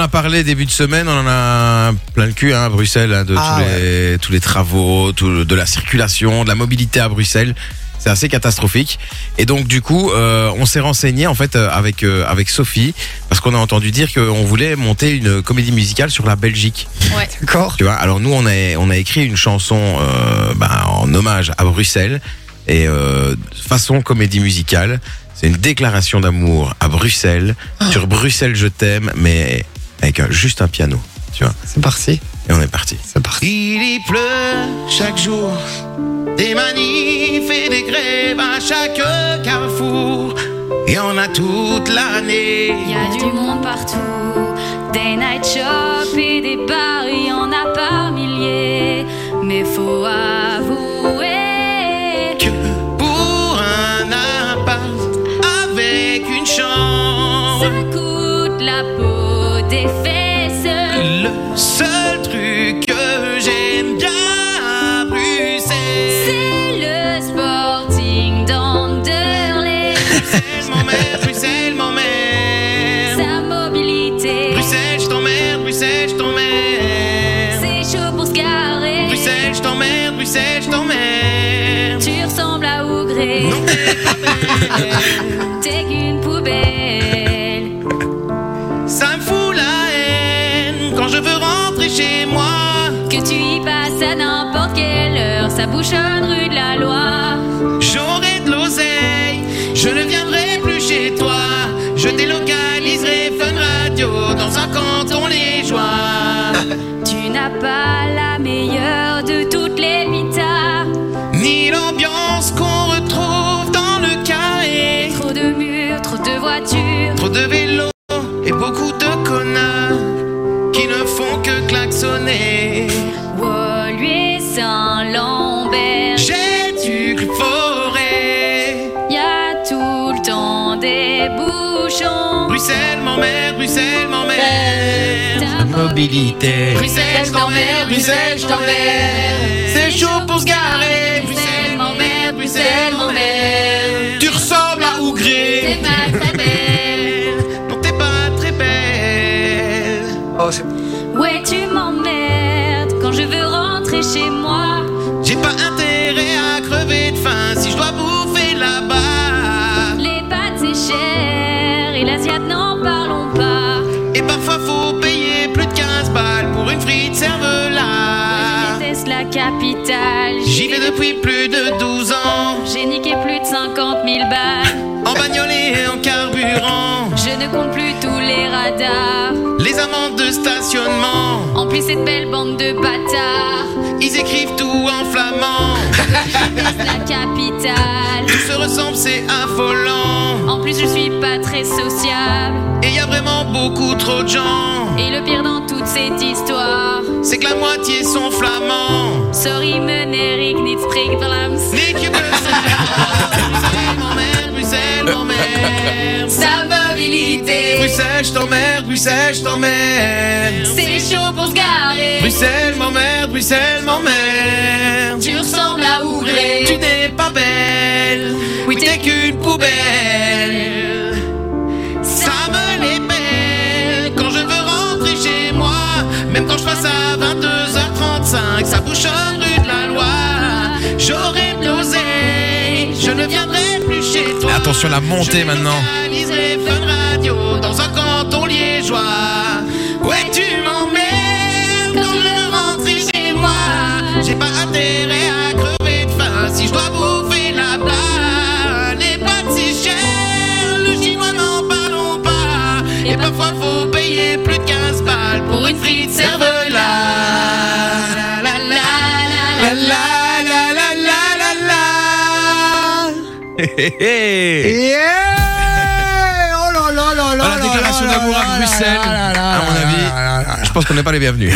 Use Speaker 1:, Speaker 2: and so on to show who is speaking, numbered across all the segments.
Speaker 1: a parlé début de semaine, on en a plein le cul hein, à Bruxelles, hein, de
Speaker 2: Ah
Speaker 1: tous, les, tous les travaux, tout le- de la circulation, de la mobilité à Bruxelles. C'est assez catastrophique. Et donc du coup, euh, on s'est renseigné en fait euh, avec euh, avec Sophie parce qu'on a entendu dire qu'on voulait monter une comédie musicale sur la Belgique.
Speaker 2: D'accord.
Speaker 1: Tu vois, alors nous, on a, on a écrit une chanson euh, bah, en hommage à Bruxelles et euh, façon comédie musicale. C'est une déclaration d'amour à Bruxelles, sur Bruxelles je t'aime, mais avec un- juste un piano.
Speaker 2: C'est parti.
Speaker 1: Et on est parti.
Speaker 2: C'est parti.
Speaker 1: Il y pleut chaque jour, des manifs et des grèves à chaque carrefour. Et on a toute l'année.
Speaker 3: Il y a du monde partout, des night shops et des bars, il y en a par milliers. Mais faut avouer,
Speaker 1: que pour un appart avec une
Speaker 3: ça
Speaker 1: chambre.
Speaker 3: coûte la peau des fesses.
Speaker 1: Le seul truc que j'aime bien à Bruxelles,
Speaker 3: C'est le sporting d'Anderlecht.
Speaker 1: Bruxelles m'emmerde, Bruxelles m'emmerde.
Speaker 3: Sa mobilité,
Speaker 1: Bruxelles, je t'emmerde, Bruxelles, je t'emmerde.
Speaker 3: c'est chaud pour se garer.
Speaker 1: Bruxelles, je t'emmerde, Bruxelles, je t'emmerde.
Speaker 3: Tu ressembles à Ougré. T'es qu'une poubelle.
Speaker 1: Ça me fout la haine quand je veux rentrer chez moi.
Speaker 3: Que tu y passes à n'importe quelle heure, ça bouchonne rue de la loi.
Speaker 1: J'aurai de l'oseille, je ne viendrai plus chez toi. Je délocaliserai Fun Radio dans un canton joies
Speaker 3: Tu n'as pas la meilleure de toutes les vitas.
Speaker 1: Ni l'ambiance qu'on retrouve dans le carré.
Speaker 3: Trop de murs, trop de voitures.
Speaker 1: Trop de vélos et beaucoup de connards qui ne font que klaxonner.
Speaker 3: Woluwe Saint-Lambert.
Speaker 1: J'ai du forêt.
Speaker 3: Y a tout le temps des bouchons.
Speaker 1: Bruxelles m'emmerde, Bruxelles m'emmerde.
Speaker 3: Ta mobilité.
Speaker 1: Bruxelles, je t'emmerde, Bruxelles, je t'emmerde. C'est chaud pour se garer.
Speaker 3: Bruxelles m'emmerde, Bruxelles m'emmerde.
Speaker 1: Tu ressembles à Ougré.
Speaker 3: T'es pas très belle.
Speaker 1: Non, t'es pas très belle.
Speaker 2: Oh, c'est
Speaker 3: Ouais, tu m'emmerdes quand je veux rentrer chez moi.
Speaker 1: J'ai pas intérêt à crever de faim si je dois bouffer là-bas.
Speaker 3: Les pâtes, c'est cher. Et l'Asiat, n'en parlons pas.
Speaker 1: Et parfois faut payer plus de 15 balles pour une frite
Speaker 3: Je
Speaker 1: cervelard.
Speaker 3: déteste la capitale.
Speaker 1: J'y vais depuis plus de 12 ans.
Speaker 3: J'ai niqué plus de 50 000 balles.
Speaker 1: En bagnole et en carburant.
Speaker 3: Je ne compte plus tous les radars.
Speaker 1: Les amendes de stationnement.
Speaker 3: En plus, cette belle bande de bâtards.
Speaker 1: Ils écrivent tout en flamand.
Speaker 3: C'est la capitale.
Speaker 1: Tout se ressemble, c'est affolant.
Speaker 3: En plus, je suis pas très sociable.
Speaker 1: Et y a vraiment beaucoup trop de gens.
Speaker 3: Et le pire dans toute cette histoire,
Speaker 1: C'est que la moitié sont flamands.
Speaker 3: sorry, mon Eric Nitzprigblems.
Speaker 1: Nick Bruxelles, Bruxelles m'emmerde, Bruxelles m'emmerde.
Speaker 3: Sa mobilité,
Speaker 1: Bruxelles, je t'emmerde, Bruxelles, je t'emmerde.
Speaker 3: c'est chaud pour se garer.
Speaker 1: Bruxelles m'emmerde, Bruxelles m'emmerde.
Speaker 3: Tu ressembles à Ougré.
Speaker 1: Tu n'es pas belle. Oui, t'es qu'une poubelle. Ça me les pèle quand je veux rentrer chez moi. Même quand je passe à 22h35, ça bouchonne rue de la loi. J'aurai de l'oseille, je ne viendrai plus chez toi.
Speaker 4: Attention, la montée
Speaker 1: Je
Speaker 4: maintenant.
Speaker 1: délocaliserai Fun Radio dans un canton liégeois. Ouais, tu m'emmerdes quand je veux rentrer chez moi. J'ai pas intérêt à crever de faim si je dois bouffer là-bas. Les pâtes si chères, le chinois n'en parlons pas. Et parfois faut payer plus de 15 balles pour une frite cervelade. La, la, la, la, la, la, la, la, la.
Speaker 2: Yeah Oh là là là là
Speaker 4: Ah, la
Speaker 2: là
Speaker 4: déclaration
Speaker 2: là
Speaker 4: d'amour à
Speaker 2: là là
Speaker 4: Bruxelles,
Speaker 2: là là là
Speaker 4: à
Speaker 2: là
Speaker 4: mon
Speaker 2: là
Speaker 4: avis.
Speaker 2: là
Speaker 1: Ah,
Speaker 2: là là.
Speaker 4: Je pense qu'on n'est pas les bienvenus.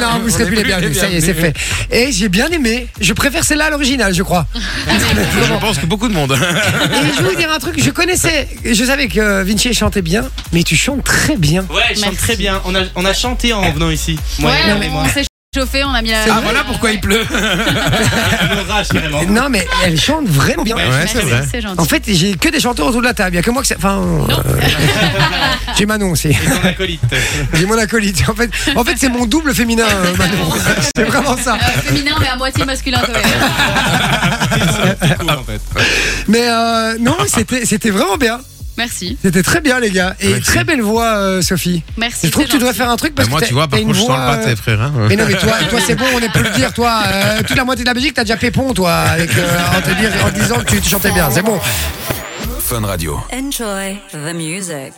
Speaker 2: Non, vous serez
Speaker 4: est
Speaker 2: plus les
Speaker 4: plus les
Speaker 2: bienvenus, ça y est, c'est fait.
Speaker 4: bienvenus.
Speaker 2: Et j'ai bien aimé, je préfère celle-là à l'original, je crois.
Speaker 4: Je pense que beaucoup de monde.
Speaker 2: Et je vais vous dire un truc, je connaissais, je savais que Vinci chantait bien, mais tu chantes très bien.
Speaker 5: Ouais, je chante
Speaker 6: Merci.
Speaker 5: très bien. On a, on a chanté en venant ici. Moi,
Speaker 6: Ouais,
Speaker 5: Léonard et moi.
Speaker 6: on s'est
Speaker 3: chauffé, on a mis la.
Speaker 4: Ah, voilà pourquoi il pleut.
Speaker 5: Un orage, carrément.
Speaker 2: Non, mais elle chante vraiment bien.
Speaker 4: Ah, Ouais, c'est
Speaker 3: Merci,
Speaker 4: vrai.
Speaker 3: C'est gentil.
Speaker 2: En fait, j'ai que des chanteurs autour de la table. Il y a que moi que ça. Enfin. euh, j'ai Manon aussi.
Speaker 5: Ton acolyte.
Speaker 2: J'ai mon acolyte. En fait, en fait c'est mon double féminin, euh, Manon. C'est vraiment ça.
Speaker 3: Euh, féminin, mais à moitié masculin quand même.
Speaker 5: Cool,
Speaker 4: Ah,
Speaker 5: en fait.
Speaker 2: Mais euh, non, c'était c'était vraiment bien.
Speaker 3: Merci.
Speaker 2: C'était très bien, les gars. Et
Speaker 4: Merci.
Speaker 2: très belle voix, euh, Sophie.
Speaker 3: Merci.
Speaker 2: Je trouve que tu
Speaker 3: c'est
Speaker 2: devrais
Speaker 3: gentil.
Speaker 2: faire un truc
Speaker 4: Bah,
Speaker 2: parce
Speaker 4: moi,
Speaker 2: que t'as-
Speaker 4: tu vois, par
Speaker 2: t'as une
Speaker 4: contre, je sens
Speaker 2: voix,
Speaker 4: le pâté,
Speaker 2: euh,
Speaker 4: frère. hein.
Speaker 2: Mais non, mais toi, toi c'est bon, on est plus le dire, toi. Euh, toute la moitié de la Belgique, t'as déjà Pépon, toi, avec, euh, en, te dire- en te disant que tu, tu chantais bien. C'est bon.
Speaker 6: Enjoy the music.